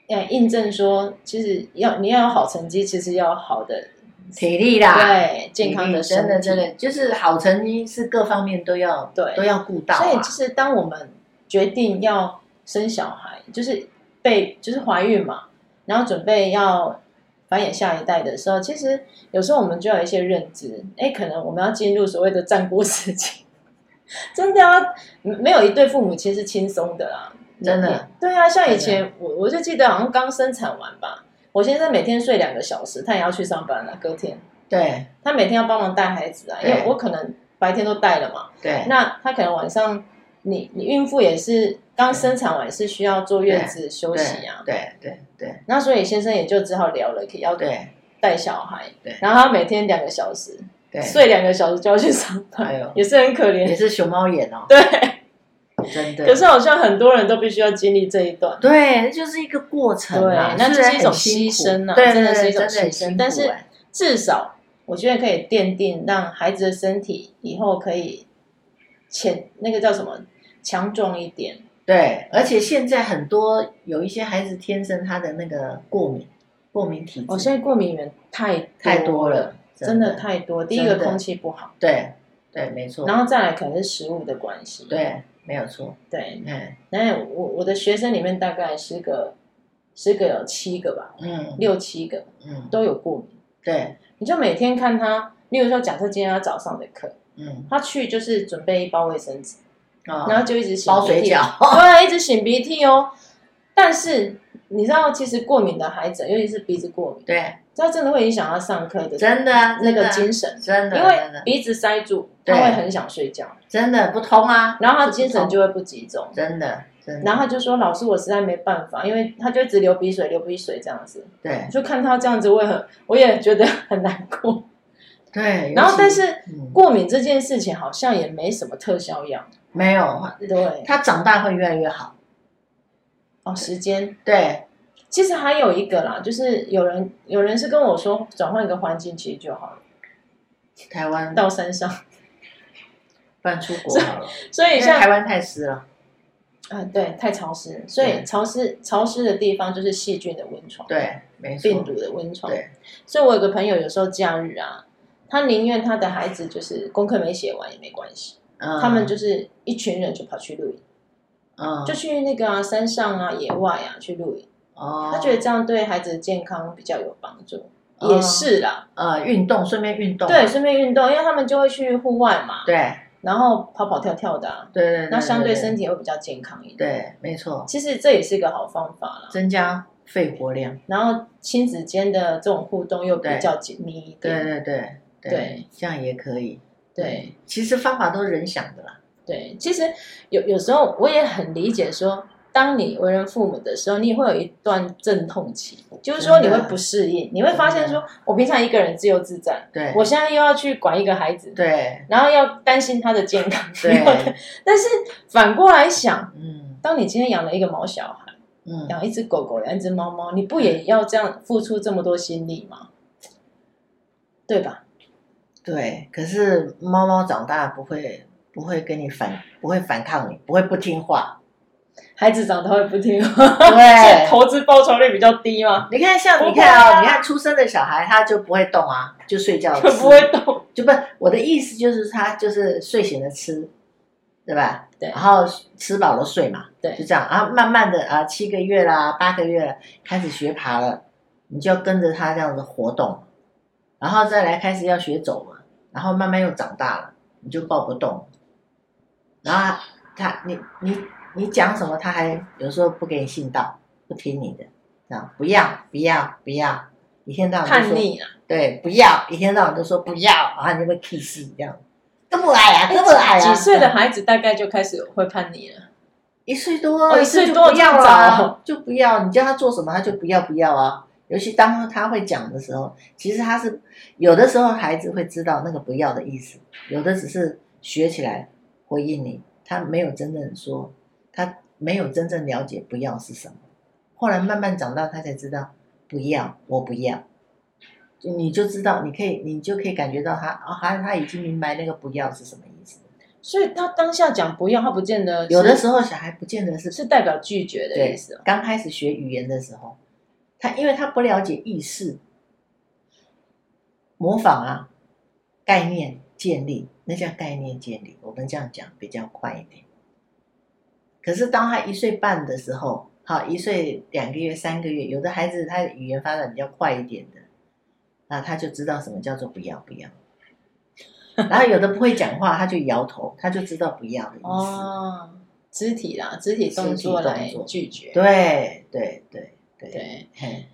Speaker 2: 呃印证说，其实要你要有好成绩，其实要有好的
Speaker 1: 体力啦，
Speaker 2: 对健康的
Speaker 1: 体力真
Speaker 2: 身
Speaker 1: 的真
Speaker 2: 体。
Speaker 1: 的就是好成绩是各方面都要
Speaker 2: 对
Speaker 1: 都要顾到、
Speaker 2: 所以
Speaker 1: 啊
Speaker 2: 其，实当我们决定要生小孩，就是被就是怀孕嘛，然后准备要繁衍下一代的时候，其实有时候我们就有一些认知，哎，可能我们要进入所谓的战国时期， [laughs] 真的啊，没有一对父母亲是轻松的啦，
Speaker 1: 真的。
Speaker 2: 对啊，像以前我我就记得好像刚生产完吧，我先生每天睡两个小时，他也要去上班了，隔天
Speaker 1: 对
Speaker 2: 他每天要帮忙带孩子啊，因为
Speaker 1: 对
Speaker 2: 我可能白天都带了嘛，
Speaker 1: 对
Speaker 2: 那他可能晚上你你孕妇也是刚生产完是需要坐月子休息啊，
Speaker 1: 对对对
Speaker 2: 那所以先生也就只好聊了，要
Speaker 1: 对
Speaker 2: 带小孩
Speaker 1: 对，
Speaker 2: 然后他每天两个小时
Speaker 1: 对，
Speaker 2: 睡两个小时就要去上
Speaker 1: 哎
Speaker 2: 班
Speaker 1: 呦，
Speaker 2: 也是很可怜
Speaker 1: 也。是熊猫眼
Speaker 2: [laughs]
Speaker 1: 哦，
Speaker 2: 对，
Speaker 1: 真的。
Speaker 2: 可是好像很多人都必须要经历这一段。
Speaker 1: 对，那就是一个过程啊
Speaker 2: 对，那
Speaker 1: 虽然
Speaker 2: 这是一种
Speaker 1: 很辛苦
Speaker 2: 牺牲啊
Speaker 1: 对
Speaker 2: 真的
Speaker 1: 对
Speaker 2: 是一种
Speaker 1: 对真的
Speaker 2: 牺牲
Speaker 1: 很辛苦
Speaker 2: 但是
Speaker 1: 哎
Speaker 2: 至少我觉得可以奠定让孩子的身体以后可以强那个叫什么强壮一点。
Speaker 1: 嗯对，而且现在很多有一些孩子天生他的那个过敏，过敏体质，
Speaker 2: 我、哦现在过敏源太
Speaker 1: 太多了，
Speaker 2: 真的
Speaker 1: 的
Speaker 2: 太多。第
Speaker 1: 真
Speaker 2: 一
Speaker 1: 的
Speaker 2: 个空气不好，
Speaker 1: 对对，没错，
Speaker 2: 然后再来可能是食物的关系。
Speaker 1: 对，没有错，
Speaker 2: 对，
Speaker 1: 嗯
Speaker 2: 那我我的学生里面大概十个，十个有七个吧，
Speaker 1: 嗯
Speaker 2: 六七个
Speaker 1: 嗯，
Speaker 2: 都有过敏。
Speaker 1: 对，
Speaker 2: 你就每天看他，例如说，假设今天他早上的课，
Speaker 1: 嗯
Speaker 2: 他去就是准备一包卫生纸，然
Speaker 1: 啊，
Speaker 2: 后就一直擤
Speaker 1: 包水
Speaker 2: 鼻涕，
Speaker 1: 饺，
Speaker 2: 对，一直擤鼻涕哦。但是你知道，其实过敏的孩子，尤其是鼻子过敏，
Speaker 1: 对，
Speaker 2: 这真的会影响他上课的
Speaker 1: 真的啊
Speaker 2: 那
Speaker 1: 真的
Speaker 2: 个
Speaker 1: 啊
Speaker 2: 精神，
Speaker 1: 真的，
Speaker 2: 因
Speaker 1: 真
Speaker 2: 为
Speaker 1: 的
Speaker 2: 鼻子塞住，他
Speaker 1: 对
Speaker 2: 会很想睡觉，
Speaker 1: 真的不通啊，
Speaker 2: 然后他精神就会不集中。
Speaker 1: 真的真的，
Speaker 2: 然后他就说：“老师，我实在没办法，因为他就一直流鼻水，流鼻水这样子，
Speaker 1: 对
Speaker 2: 就看他这样子，我也很，我也觉得很难过。
Speaker 1: 对，
Speaker 2: 然后
Speaker 1: 尤，其
Speaker 2: 但是
Speaker 1: 嗯
Speaker 2: 过敏这件事情好像也没什么特效药，
Speaker 1: 没有，
Speaker 2: 对，
Speaker 1: 他长大会越来越好，
Speaker 2: 哦，时间。
Speaker 1: 对
Speaker 2: 其实还有一个啦，就是有人有人是跟我说，转换一个环境其实就好了，
Speaker 1: 台湾
Speaker 2: 到山上。
Speaker 1: 不然出国好了，
Speaker 2: 所以
Speaker 1: 因为台
Speaker 2: 像
Speaker 1: 湾太湿了，
Speaker 2: 啊，对，太潮湿，所以
Speaker 1: 对
Speaker 2: 潮湿潮湿的地方就是细菌的温床，，
Speaker 1: 对，没错，
Speaker 2: 病毒的温床。
Speaker 1: 对，
Speaker 2: 所以我有个朋友有时候假日啊，他宁愿他的孩子就是功课没写完也没关系，
Speaker 1: 嗯
Speaker 2: 他们就是一群人就跑去露营，
Speaker 1: 嗯
Speaker 2: 就去那个啊山上啊野外啊去露营，
Speaker 1: 哦，
Speaker 2: 他觉得这样对孩子的健康比较有帮助，
Speaker 1: 哦
Speaker 2: 也是啦，
Speaker 1: 呃运动，顺便运动嘛，
Speaker 2: 对，顺便运动，因为他们就会去户外嘛，
Speaker 1: 对
Speaker 2: 然后跑跑跳跳的、啊，
Speaker 1: 对对，
Speaker 2: 那相对身
Speaker 1: 体
Speaker 2: 体会比较健康一点。
Speaker 1: 对，没错，
Speaker 2: 其实这也是一个好方法啦，
Speaker 1: 增加肺活量，
Speaker 2: 然后亲子间的这种互动又比
Speaker 1: 对
Speaker 2: 较紧密一
Speaker 1: 对
Speaker 2: 点，
Speaker 1: 对对
Speaker 2: 对，
Speaker 1: 这样也可以。
Speaker 2: 对，
Speaker 1: 其实方法都是人想的啦，
Speaker 2: 对，其实有有时候我也很理解说，当你为人父母的时候，你会有一段阵痛期，就是说你会不适应，你会发现说，我平常一个人自由自在，
Speaker 1: 对，
Speaker 2: 我现在又要去管一个孩子，
Speaker 1: 对
Speaker 2: 然后要担心他的健康， [laughs] 然后
Speaker 1: 对，
Speaker 2: 但是反过来想，
Speaker 1: 嗯
Speaker 2: 当你今天养了一个毛小孩，
Speaker 1: 嗯，
Speaker 2: 养一只狗狗，养一只猫猫，你不也要这样付出这么多心力吗？对吧？
Speaker 1: 对。可是猫猫长大不会不会跟你反，不会反抗你，不会不听话。
Speaker 2: 孩子长大会不听话， [laughs]
Speaker 1: 对
Speaker 2: 投资报酬率比较低嘛，
Speaker 1: 你看像你
Speaker 2: 不会
Speaker 1: 看
Speaker 2: 啊
Speaker 1: 啊，你看出生的小孩他就不会动啊，就睡觉
Speaker 2: 会 [laughs]
Speaker 1: 吃
Speaker 2: 不会动。
Speaker 1: 就不，我的意思就是他就是睡醒了吃，对吧？
Speaker 2: 对
Speaker 1: 然后吃饱了睡嘛，
Speaker 2: 对
Speaker 1: 就这样。然后慢慢的啊，七个月啦，八个月了，开始学爬了，你就要跟着他这样子活动，然后再来开始要学走嘛，然后慢慢又长大了，你就抱不动，然后他你你你讲什么，他还有时候不给你信道，不听你的，这样不要不要不要，一天到晚就说
Speaker 2: 叛逆啊，
Speaker 1: 对，不要，一天到晚都说不要，然后你就会 kiss 这样，根本矮啊，根本矮啊。
Speaker 2: 几岁的
Speaker 1: 嗯？
Speaker 2: 孩子大概就开始会叛逆了。
Speaker 1: 一岁多，
Speaker 2: 哦一
Speaker 1: 岁
Speaker 2: 岁
Speaker 1: 就
Speaker 2: 多
Speaker 1: 不要
Speaker 2: 这么早
Speaker 1: 啊，就不要。你叫他做什么，他就不要不要啊。尤其当他会讲的时候，其实他是有的时候孩子会知道那个不要的意思，有的只是学起来回应你，他没有真正说，他没有真正了解不要是什么。后来慢慢长大，他才知道不要，我不要。就你就知道，你可以，你就可以感觉到他啊，他他已经明白那个不要是什么意思。
Speaker 2: 所以他当下讲不要，他不见得是
Speaker 1: 有的时候小孩不见得是
Speaker 2: 是代表拒绝的
Speaker 1: 对
Speaker 2: 意思哦。
Speaker 1: 刚开始学语言的时候，他因为他不了解意识、模仿啊、概念建立，那叫概念建立。我们这样讲比较快一点。可是当他一岁半的时候，好一岁两个月、三个月，有的孩子他语言发展比较快一点的，那他就知道什么叫做不要不要。然后有的不会讲话，他就摇头，他就知道不要的意思。
Speaker 2: 哦，肢体啦，肢体动作来
Speaker 1: 肢体动作
Speaker 2: 拒绝，
Speaker 1: 对对对对，
Speaker 2: 对，
Speaker 1: 嘿，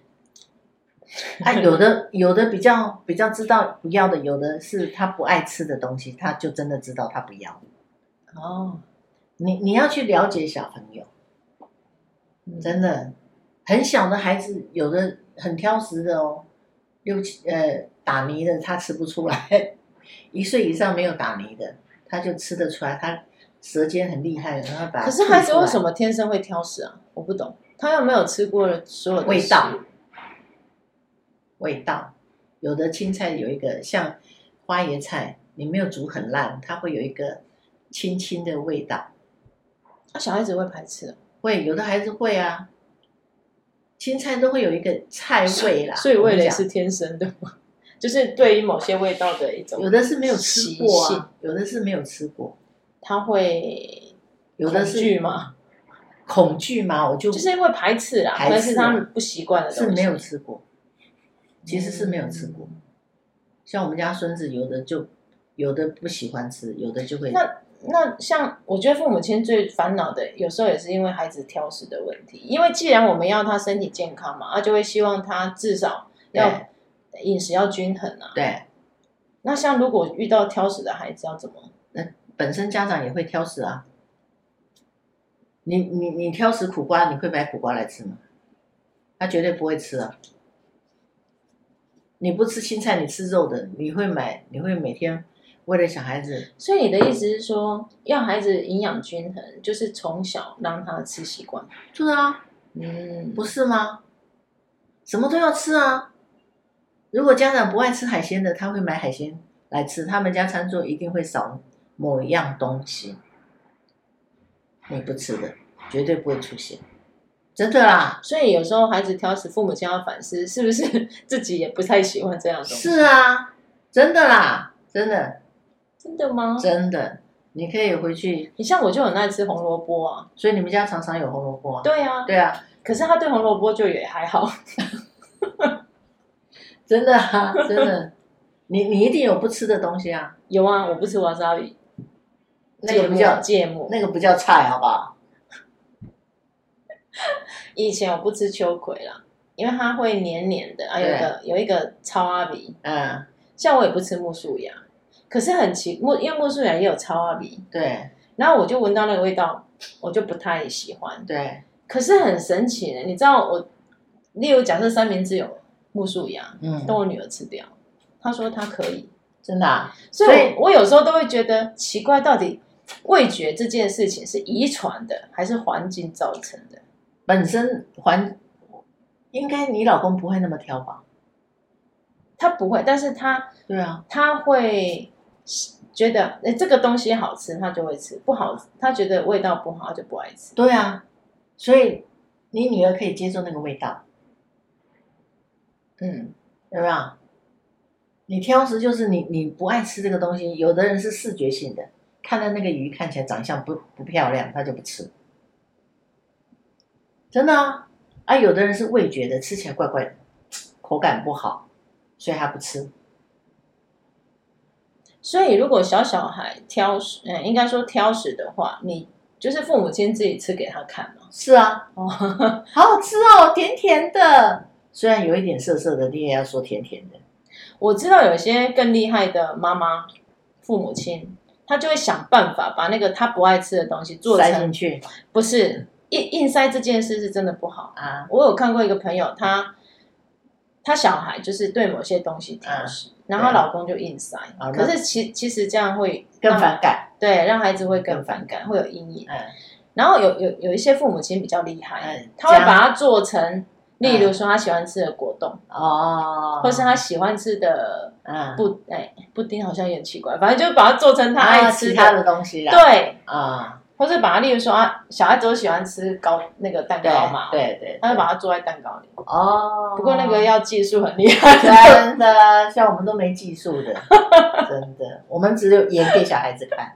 Speaker 1: 啊，
Speaker 2: [laughs]
Speaker 1: 有的有的比较比较知道不要的，有的是他不爱吃的东西，他就真的知道他不要。
Speaker 2: 哦，
Speaker 1: 你你要去了解小朋友，
Speaker 2: 嗯
Speaker 1: 真的，很小的孩子有的很挑食的哦，六七呃打泥的他吃不出来， [laughs] 一岁以上没有打泥的他就吃得出来，他舌尖很厉害的，然后把它
Speaker 2: 可是孩子
Speaker 1: 吐出来
Speaker 2: 为什么天生会挑食啊？我不懂，他又没有吃过所有的
Speaker 1: 味道
Speaker 2: 食物
Speaker 1: 味道？有的青菜有一个像花椰菜，你没有煮很烂，它会有一个青青的味道。
Speaker 2: 那啊小孩子会排斥哦，
Speaker 1: 会有的孩子会啊，青菜都会有一个菜味啦。
Speaker 2: 所以味
Speaker 1: 我
Speaker 2: 蕾
Speaker 1: 们
Speaker 2: 是
Speaker 1: 讲
Speaker 2: 天生的吗？ [laughs] 就是对于某些味道的一种，
Speaker 1: 有的是没有吃过
Speaker 2: 习性
Speaker 1: 啊，有的是没有吃过，
Speaker 2: 他会
Speaker 1: 有的
Speaker 2: 恐惧
Speaker 1: 是
Speaker 2: 吗？
Speaker 1: 恐惧嘛，我就
Speaker 2: 就是因为排斥啦，
Speaker 1: 排斥啊
Speaker 2: 但是他们不习惯的东西
Speaker 1: 是没有吃过，其实是没有吃
Speaker 2: 嗯
Speaker 1: 过。像我们家孙子，有的就有的不喜欢吃，有的就会
Speaker 2: 那像我觉得父母亲最烦恼的，有时候也是因为孩子挑食的问题。因为既然我们要他身体健康嘛，他啊就会希望他至少要饮食要均衡啊。
Speaker 1: 对。
Speaker 2: 那像如果遇到挑食的孩子，要怎么？
Speaker 1: 本身家长也会挑食啊。你你你挑食苦瓜，你会买苦瓜来吃吗？他绝对不会吃啊。你不吃青菜，你吃肉的，你会买，你会每天为了小孩子，
Speaker 2: 所以你的意思是说，要孩子营养均衡，就是从小让他吃习惯。
Speaker 1: 对啊，
Speaker 2: 嗯，
Speaker 1: 不是吗？什么都要吃啊。如果家长不爱吃海鲜的，他会买海鲜来吃，他们家餐桌一定会少某一样东西，你不吃的绝对不会出现，真的啦。
Speaker 2: 所以有时候孩子挑食，父母亲要反思，是不是自己也不太喜欢这样的东西？
Speaker 1: 是啊，真的啦，真的
Speaker 2: 真的吗？
Speaker 1: 真的，你可以回去。
Speaker 2: 你像我就很爱吃红萝卜啊。
Speaker 1: 所以你们家常常有红萝卜啊？
Speaker 2: 对啊，
Speaker 1: 对啊，
Speaker 2: 可是他对红萝卜就也还好。 [laughs]
Speaker 1: 真的啊，真的。你你一定有不吃的东西啊，
Speaker 2: 有啊，我不吃 wasabi，
Speaker 1: 那个
Speaker 2: 芥
Speaker 1: 不
Speaker 2: 末
Speaker 1: 叫
Speaker 2: 芥末。
Speaker 1: 那个不叫菜，好不好？
Speaker 2: 以前我不吃秋葵啦，因为它会黏黏的，啊还有一个有一个超阿鼻，
Speaker 1: 嗯，
Speaker 2: 像我也不吃木薯芽，可是很奇木，因为木薯芽也有超阿鼻，
Speaker 1: 对
Speaker 2: 然后我就闻到那个味道，我就不太喜欢。
Speaker 1: 对，
Speaker 2: 可是很神奇的，你知道我，例如假设三明治有木薯芽，但
Speaker 1: 嗯，
Speaker 2: 我女儿吃掉，她说她可以，
Speaker 1: 真的啊、
Speaker 2: 所以
Speaker 1: 所以
Speaker 2: 我我有时候都会觉得奇怪，到底味觉这件事情是遗传的还是环境造成的？
Speaker 1: 本身环应该你老公不会那么挑吧？
Speaker 2: 他不会，但是他
Speaker 1: 对啊，
Speaker 2: 他会觉得哎、诶这个东西好吃，他就会吃；不好，他觉得味道不好，他就不爱吃。
Speaker 1: 对啊，所以你女儿可以接受那个味道，
Speaker 2: 嗯，
Speaker 1: 有没有？你挑食就是你你不爱吃这个东西，有的人是视觉性的，看到那个鱼看起来长相不不漂亮，他就不吃。真的啊，啊，有的人是味觉的，吃起来怪怪的，口感不好，所以他不吃。
Speaker 2: 所以如果小小孩挑食，嗯，应该说挑食的话，你就是父母亲自己吃给他看嘛。
Speaker 1: 是啊，
Speaker 2: 哦， [laughs]
Speaker 1: 好好吃哦，甜甜的，虽然有一点涩涩的，你也要说甜甜的。
Speaker 2: 我知道有些更厉害的妈妈、父母亲，他就会想办法把那个他不爱吃的东西做
Speaker 1: 塞进
Speaker 2: 成，
Speaker 1: 去
Speaker 2: 不是硬硬塞这件事是真的不好。
Speaker 1: 啊，
Speaker 2: 我有看过一个朋友，他他小孩就是对某些东西挑食，然后
Speaker 1: 对啊
Speaker 2: 老公就硬塞，
Speaker 1: 啊
Speaker 2: 可是其其实这样会
Speaker 1: 更
Speaker 2: 让
Speaker 1: 反感。
Speaker 2: 对让孩子会更
Speaker 1: 更
Speaker 2: 反
Speaker 1: 反
Speaker 2: 感，会有阴影。
Speaker 1: 嗯，
Speaker 2: 然后有有有一些父母亲比较厉害，
Speaker 1: 嗯
Speaker 2: 他会
Speaker 1: 这样
Speaker 2: 把它做成，例如说他喜欢吃的果冻，
Speaker 1: 哎哦，
Speaker 2: 或是他喜欢吃的
Speaker 1: 嗯，
Speaker 2: 布哎布丁，好像有点奇怪，反正就是把它做成他
Speaker 1: 啊
Speaker 2: 爱
Speaker 1: 其
Speaker 2: 吃
Speaker 1: 他的东西啦。
Speaker 2: 对，
Speaker 1: 啊，
Speaker 2: 或是把它例如说啊小孩子都喜欢吃糕那个蛋
Speaker 1: 对
Speaker 2: 糕嘛，
Speaker 1: 对对，对
Speaker 2: 他就把它做在蛋糕里。
Speaker 1: 嗯哦，
Speaker 2: 不过那个要技术很厉害， [laughs]
Speaker 1: 真的，像我们都没技术的，真的，我们只有演给小孩子看。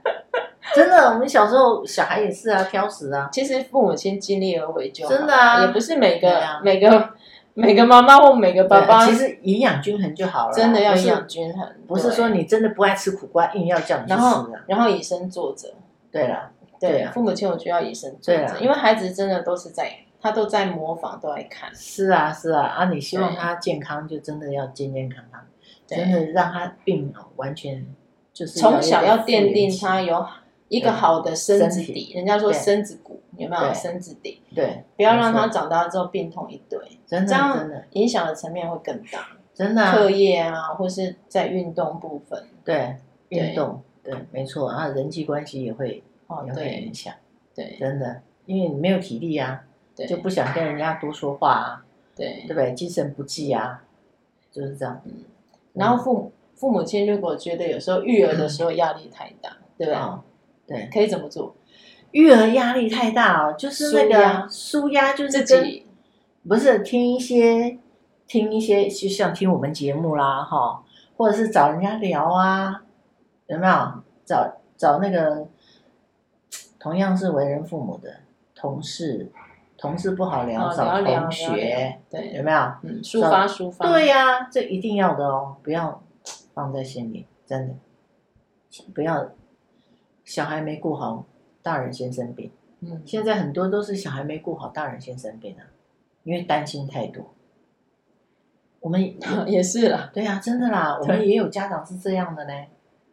Speaker 1: 真的，我们小时候小孩也是啊，挑食啊，
Speaker 2: 其实父母亲尽力而为就好
Speaker 1: 真的啊
Speaker 2: 也不是每个、
Speaker 1: 对啊
Speaker 2: 每个每个妈妈或每个爸爸
Speaker 1: 对其实营养均衡就好了啦，
Speaker 2: 真的要
Speaker 1: 不是
Speaker 2: 营养均衡，
Speaker 1: 不是
Speaker 2: 对
Speaker 1: 说你真的不爱吃苦瓜，硬要叫你去
Speaker 2: 然后
Speaker 1: 吃啊。
Speaker 2: 然后以身作则，
Speaker 1: 对了，对
Speaker 2: 对
Speaker 1: 啊
Speaker 2: 父母亲我觉得要以身作
Speaker 1: 对
Speaker 2: 则
Speaker 1: 啊，
Speaker 2: 因为孩子真的都是在他都在模仿，都在看，
Speaker 1: 是啊是啊啊！你希望
Speaker 2: 对
Speaker 1: 他健康，就真的要健健康康，真
Speaker 2: 对，
Speaker 1: 的让他病哦，完全就是
Speaker 2: 从小要奠定
Speaker 1: 要有
Speaker 2: 他有一
Speaker 1: 对
Speaker 2: 个好的身子
Speaker 1: 嗯身体
Speaker 2: 底，人家说
Speaker 1: 对
Speaker 2: 身子骨有没
Speaker 1: 对
Speaker 2: 有身子底，
Speaker 1: 一个复原期对，
Speaker 2: 不要让
Speaker 1: 没错
Speaker 2: 他长大之后病痛一堆，
Speaker 1: 真的
Speaker 2: 这样
Speaker 1: 真的
Speaker 2: 影响的层面会更大。
Speaker 1: 真的啊
Speaker 2: 课业啊，或是在运动部分。
Speaker 1: 对
Speaker 2: 对
Speaker 1: 运动对没错啊，人际关系也会
Speaker 2: 哦
Speaker 1: 也，会
Speaker 2: 对
Speaker 1: 影响，
Speaker 2: 对
Speaker 1: 真的，因为你没有体力啊，
Speaker 2: 对，
Speaker 1: 就不想跟人家多说话啊，对
Speaker 2: 对。
Speaker 1: 不对？精神不济啊，就是这样。
Speaker 2: 然后父母父母亲如果觉得有时候育儿的时候压力太大，对不对？
Speaker 1: 啊，对，
Speaker 2: 可以怎么做？
Speaker 1: 育儿压力太大哦，就
Speaker 2: 舒
Speaker 1: 是那个
Speaker 2: 压
Speaker 1: 舒压，就是
Speaker 2: 自
Speaker 1: 跟
Speaker 2: 己
Speaker 1: 不是听一些听一些，就像听我们节目啦，哈，或者是找人家聊啊，有没有？找找那个同样是为人父母的同事，同事不好聊，
Speaker 2: 哦
Speaker 1: 找
Speaker 2: 聊聊
Speaker 1: 同
Speaker 2: 聊聊
Speaker 1: 学，有
Speaker 2: 对，
Speaker 1: 没有？
Speaker 2: 嗯，抒发抒发，
Speaker 1: 对呀、这一定要的哦，不要放在心里，真的，不要小孩没顾好，大人先生病。
Speaker 2: 嗯， [laughs]
Speaker 1: 现在很多都是小孩没顾好，大人先生病了、因为担心太多。
Speaker 2: [laughs]
Speaker 1: 我们
Speaker 2: 也是啦，
Speaker 1: 对呀、啊真的啦，我们也有家长是这样的呢，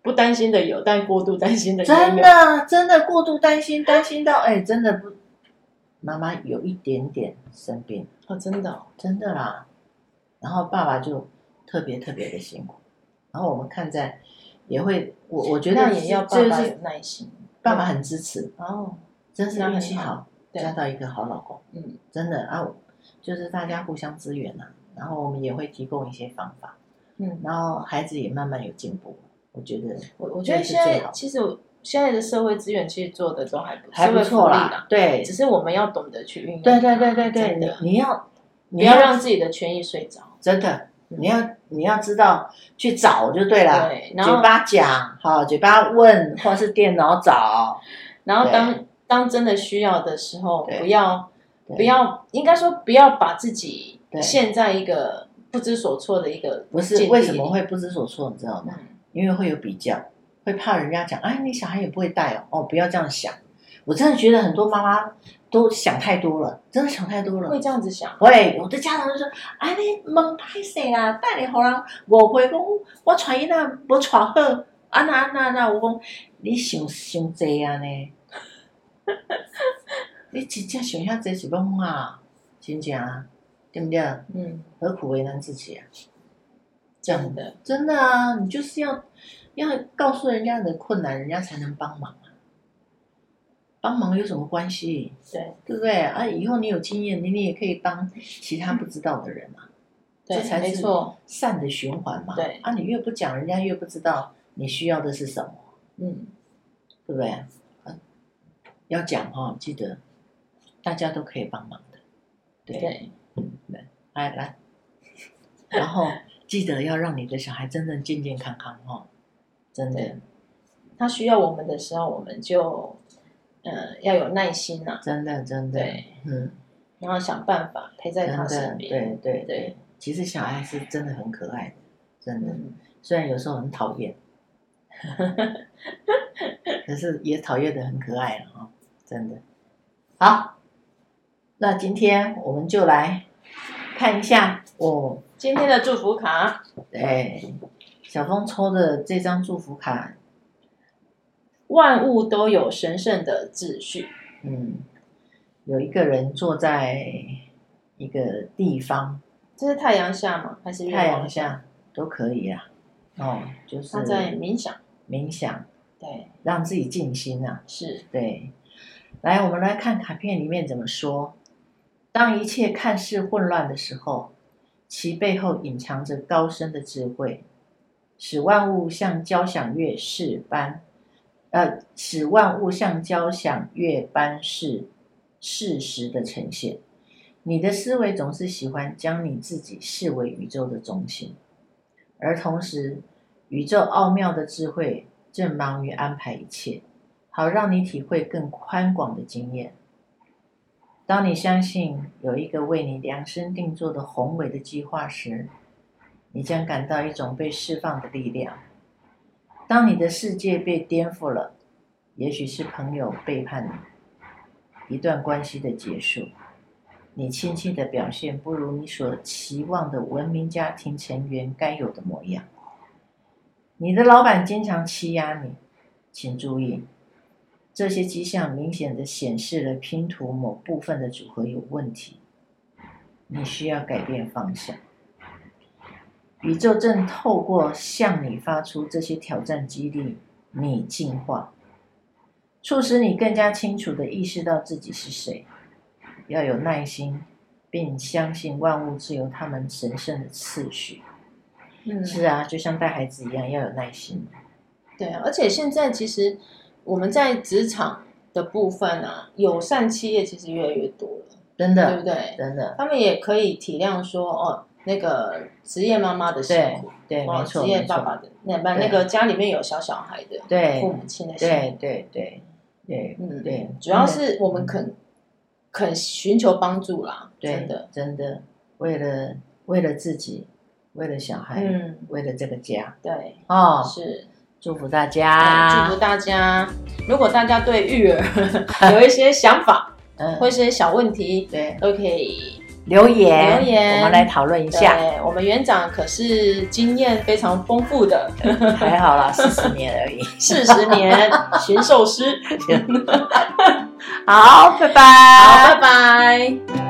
Speaker 2: 不担心的有，但过度担心的
Speaker 1: 真
Speaker 2: 也有，
Speaker 1: 的啊真的过度担心，担心到哎、真的不，妈妈有一点点生病，
Speaker 2: 哦，真的哦，
Speaker 1: 真的啦。然后爸爸就特别特别的辛苦，然后我们看在也会，我我觉
Speaker 2: 那
Speaker 1: 得
Speaker 2: 也要爸
Speaker 1: 这就
Speaker 2: 爸有
Speaker 1: 是
Speaker 2: 耐心
Speaker 1: 爸爸很支持，
Speaker 2: 哦，
Speaker 1: 真是
Speaker 2: 那
Speaker 1: 运
Speaker 2: 很
Speaker 1: 气
Speaker 2: 好
Speaker 1: 好，
Speaker 2: 对
Speaker 1: 嫁到一个好老公。
Speaker 2: 嗯，
Speaker 1: 真的啊，我就是大家互相支援呐、然后我们也会提供一些方法，
Speaker 2: 嗯，
Speaker 1: 然后孩子也慢慢有进步，我觉得
Speaker 2: 我我觉得
Speaker 1: 这是
Speaker 2: 现
Speaker 1: 最
Speaker 2: 在
Speaker 1: 好
Speaker 2: 其实我现在的社会资源其实做的都还不
Speaker 1: 还不
Speaker 2: 社会
Speaker 1: 错
Speaker 2: 福利
Speaker 1: 啦
Speaker 2: 啦，。
Speaker 1: 对，
Speaker 2: 只是我们要懂得去运用。
Speaker 1: 对对对对对，
Speaker 2: 真的
Speaker 1: 你你要
Speaker 2: 不
Speaker 1: 你
Speaker 2: 要让自己的权益睡着。
Speaker 1: 真的，
Speaker 2: 嗯
Speaker 1: 你要啊你要知道去找就对了，
Speaker 2: 对，然
Speaker 1: 嘴
Speaker 2: 后
Speaker 1: 巴讲哈，嘴巴问或是电脑找，
Speaker 2: 然后
Speaker 1: 对
Speaker 2: 当当真的需要的时候，
Speaker 1: 对
Speaker 2: 不要
Speaker 1: 对
Speaker 2: 不要，应该说不要把自己
Speaker 1: 对
Speaker 2: 陷在一个不知所措的一个
Speaker 1: 不
Speaker 2: 境
Speaker 1: 是
Speaker 2: 地
Speaker 1: 为什么
Speaker 2: 里？
Speaker 1: 会不知所措，你知道吗？
Speaker 2: 嗯
Speaker 1: 因为会有比较，会怕人家讲，哎，你小孩也不会带哦，哦，不要这样想。我真的觉得很多妈妈都想太多了，真的想太多
Speaker 2: 会
Speaker 1: 了。
Speaker 2: 这样子想，
Speaker 1: 喂，有的家长就说，哎，你问太谁啦，带你互人误会讲，我带囡仔无带好，啊那啊那啊那，我讲你想想济啊呢？ [laughs] 你真正想遐济是懵啊，真正啊，对不对？
Speaker 2: 嗯，
Speaker 1: 何苦为难自己啊？这样
Speaker 2: 真的，
Speaker 1: 真的啊，你就是要要告诉人家你的困难，人家才能帮忙啊。帮忙有什么关系？
Speaker 2: 对
Speaker 1: 对不对啊？以后你有经验，你你也可以帮其他不知道的人嘛，这
Speaker 2: 对，
Speaker 1: 才
Speaker 2: 没
Speaker 1: 是
Speaker 2: 错，
Speaker 1: 善的循环嘛。
Speaker 2: 对
Speaker 1: 啊，你越不讲，人家越不知道你需要的是什么，
Speaker 2: 嗯，
Speaker 1: 对不对？啊，要讲哦，记得大家都可以帮忙的。对，
Speaker 2: 对，
Speaker 1: 来来，然后记得要让你的小孩真正健健康康哦，真的
Speaker 2: 对。他需要我们的时候，我们就呃要有耐心啊，
Speaker 1: 真的，真的，
Speaker 2: 对，
Speaker 1: 嗯，
Speaker 2: 然后想办法陪在
Speaker 1: 真
Speaker 2: 他
Speaker 1: 的，
Speaker 2: 身边，
Speaker 1: 对对对
Speaker 2: 对。
Speaker 1: 其实小孩是真的很可爱的，真的，
Speaker 2: 嗯，
Speaker 1: 虽然有时候很讨厌， [laughs] 可是也讨厌的很可爱了哈、哦，真的。好，那今天我们就来看一下我，
Speaker 2: 今天的祝福卡，
Speaker 1: 哎，小峰抽的这张祝福卡，
Speaker 2: 万物都有神圣的秩序。
Speaker 1: 嗯，有一个人坐在一个地方，
Speaker 2: 这是太阳下吗？还是月
Speaker 1: 太
Speaker 2: 光
Speaker 1: 阳？下都可以啊。哦，就是
Speaker 2: 他在冥想。
Speaker 1: 冥想，
Speaker 2: 对，
Speaker 1: 让自己静心啊。
Speaker 2: 是
Speaker 1: 对，来，我们来看卡片里面怎么说。当一切看似混乱的时候，其背后隐藏着高深的智慧，使万物像交响乐式般，呃，使万物像交响乐般是事实的呈现。你的思维总是喜欢将你自己视为宇宙的中心，而同时，宇宙奥妙的智慧正忙于安排一切。好让你体会更宽广的经验。当你相信有一个为你量身定做的宏伟的计划时，你将感到一种被释放的力量。当你的世界被颠覆了，也许是朋友背叛你，一段关系的结束，你亲戚的表现不如你所期望的文明家庭成员该有的模样，你的老板经常欺压你，请注意，这些迹象明显的显示了拼图某部分的组合有问题，你需要改变方向。宇宙正透过向你发出这些挑战激励你进化，促使你更加清楚地意识到自己是谁，要有耐心，并相信万物自有它们神圣的次序。
Speaker 2: 嗯，
Speaker 1: 是啊，就像带孩子一样，要有耐心。
Speaker 2: 对啊，而且现在其实我们在职场的部分啊，友善企业其实越来越多了，
Speaker 1: 真
Speaker 2: 对不
Speaker 1: 的，
Speaker 2: 对？
Speaker 1: 真的，
Speaker 2: 他们也可以体谅说，哦，那个职业妈妈的辛
Speaker 1: 对
Speaker 2: 苦，
Speaker 1: 对，
Speaker 2: 哦，
Speaker 1: 没
Speaker 2: 职
Speaker 1: 错，
Speaker 2: 业
Speaker 1: 没
Speaker 2: 爸
Speaker 1: 错，
Speaker 2: 爸的那那
Speaker 1: 对
Speaker 2: 那个家里面有小小孩的
Speaker 1: 对
Speaker 2: 父母亲的辛
Speaker 1: 对
Speaker 2: 苦，
Speaker 1: 对对对
Speaker 2: 嗯，
Speaker 1: 对，嗯
Speaker 2: 主要是我们肯肯寻求帮助啦，
Speaker 1: 对
Speaker 2: 真的，
Speaker 1: 真的，为了为了自己，为了小孩，
Speaker 2: 嗯，
Speaker 1: 为了这个家
Speaker 2: 对，
Speaker 1: 哦，
Speaker 2: 是。
Speaker 1: 祝福大
Speaker 2: 啊，
Speaker 1: 家
Speaker 2: 祝福，大家！如果大家对育儿 [laughs] 有一些想法
Speaker 1: 嗯，
Speaker 2: 或一些小问题，
Speaker 1: 对，
Speaker 2: 都可以
Speaker 1: 留言，
Speaker 2: 留言
Speaker 1: 我们来讨论一下。
Speaker 2: 对我们园长可是经验非常丰富的，
Speaker 1: 还好啦，四
Speaker 2: [laughs]
Speaker 1: 十年而已。
Speaker 2: 四十年 [laughs] 驯兽师。
Speaker 1: 好，拜拜，
Speaker 2: 好，拜拜。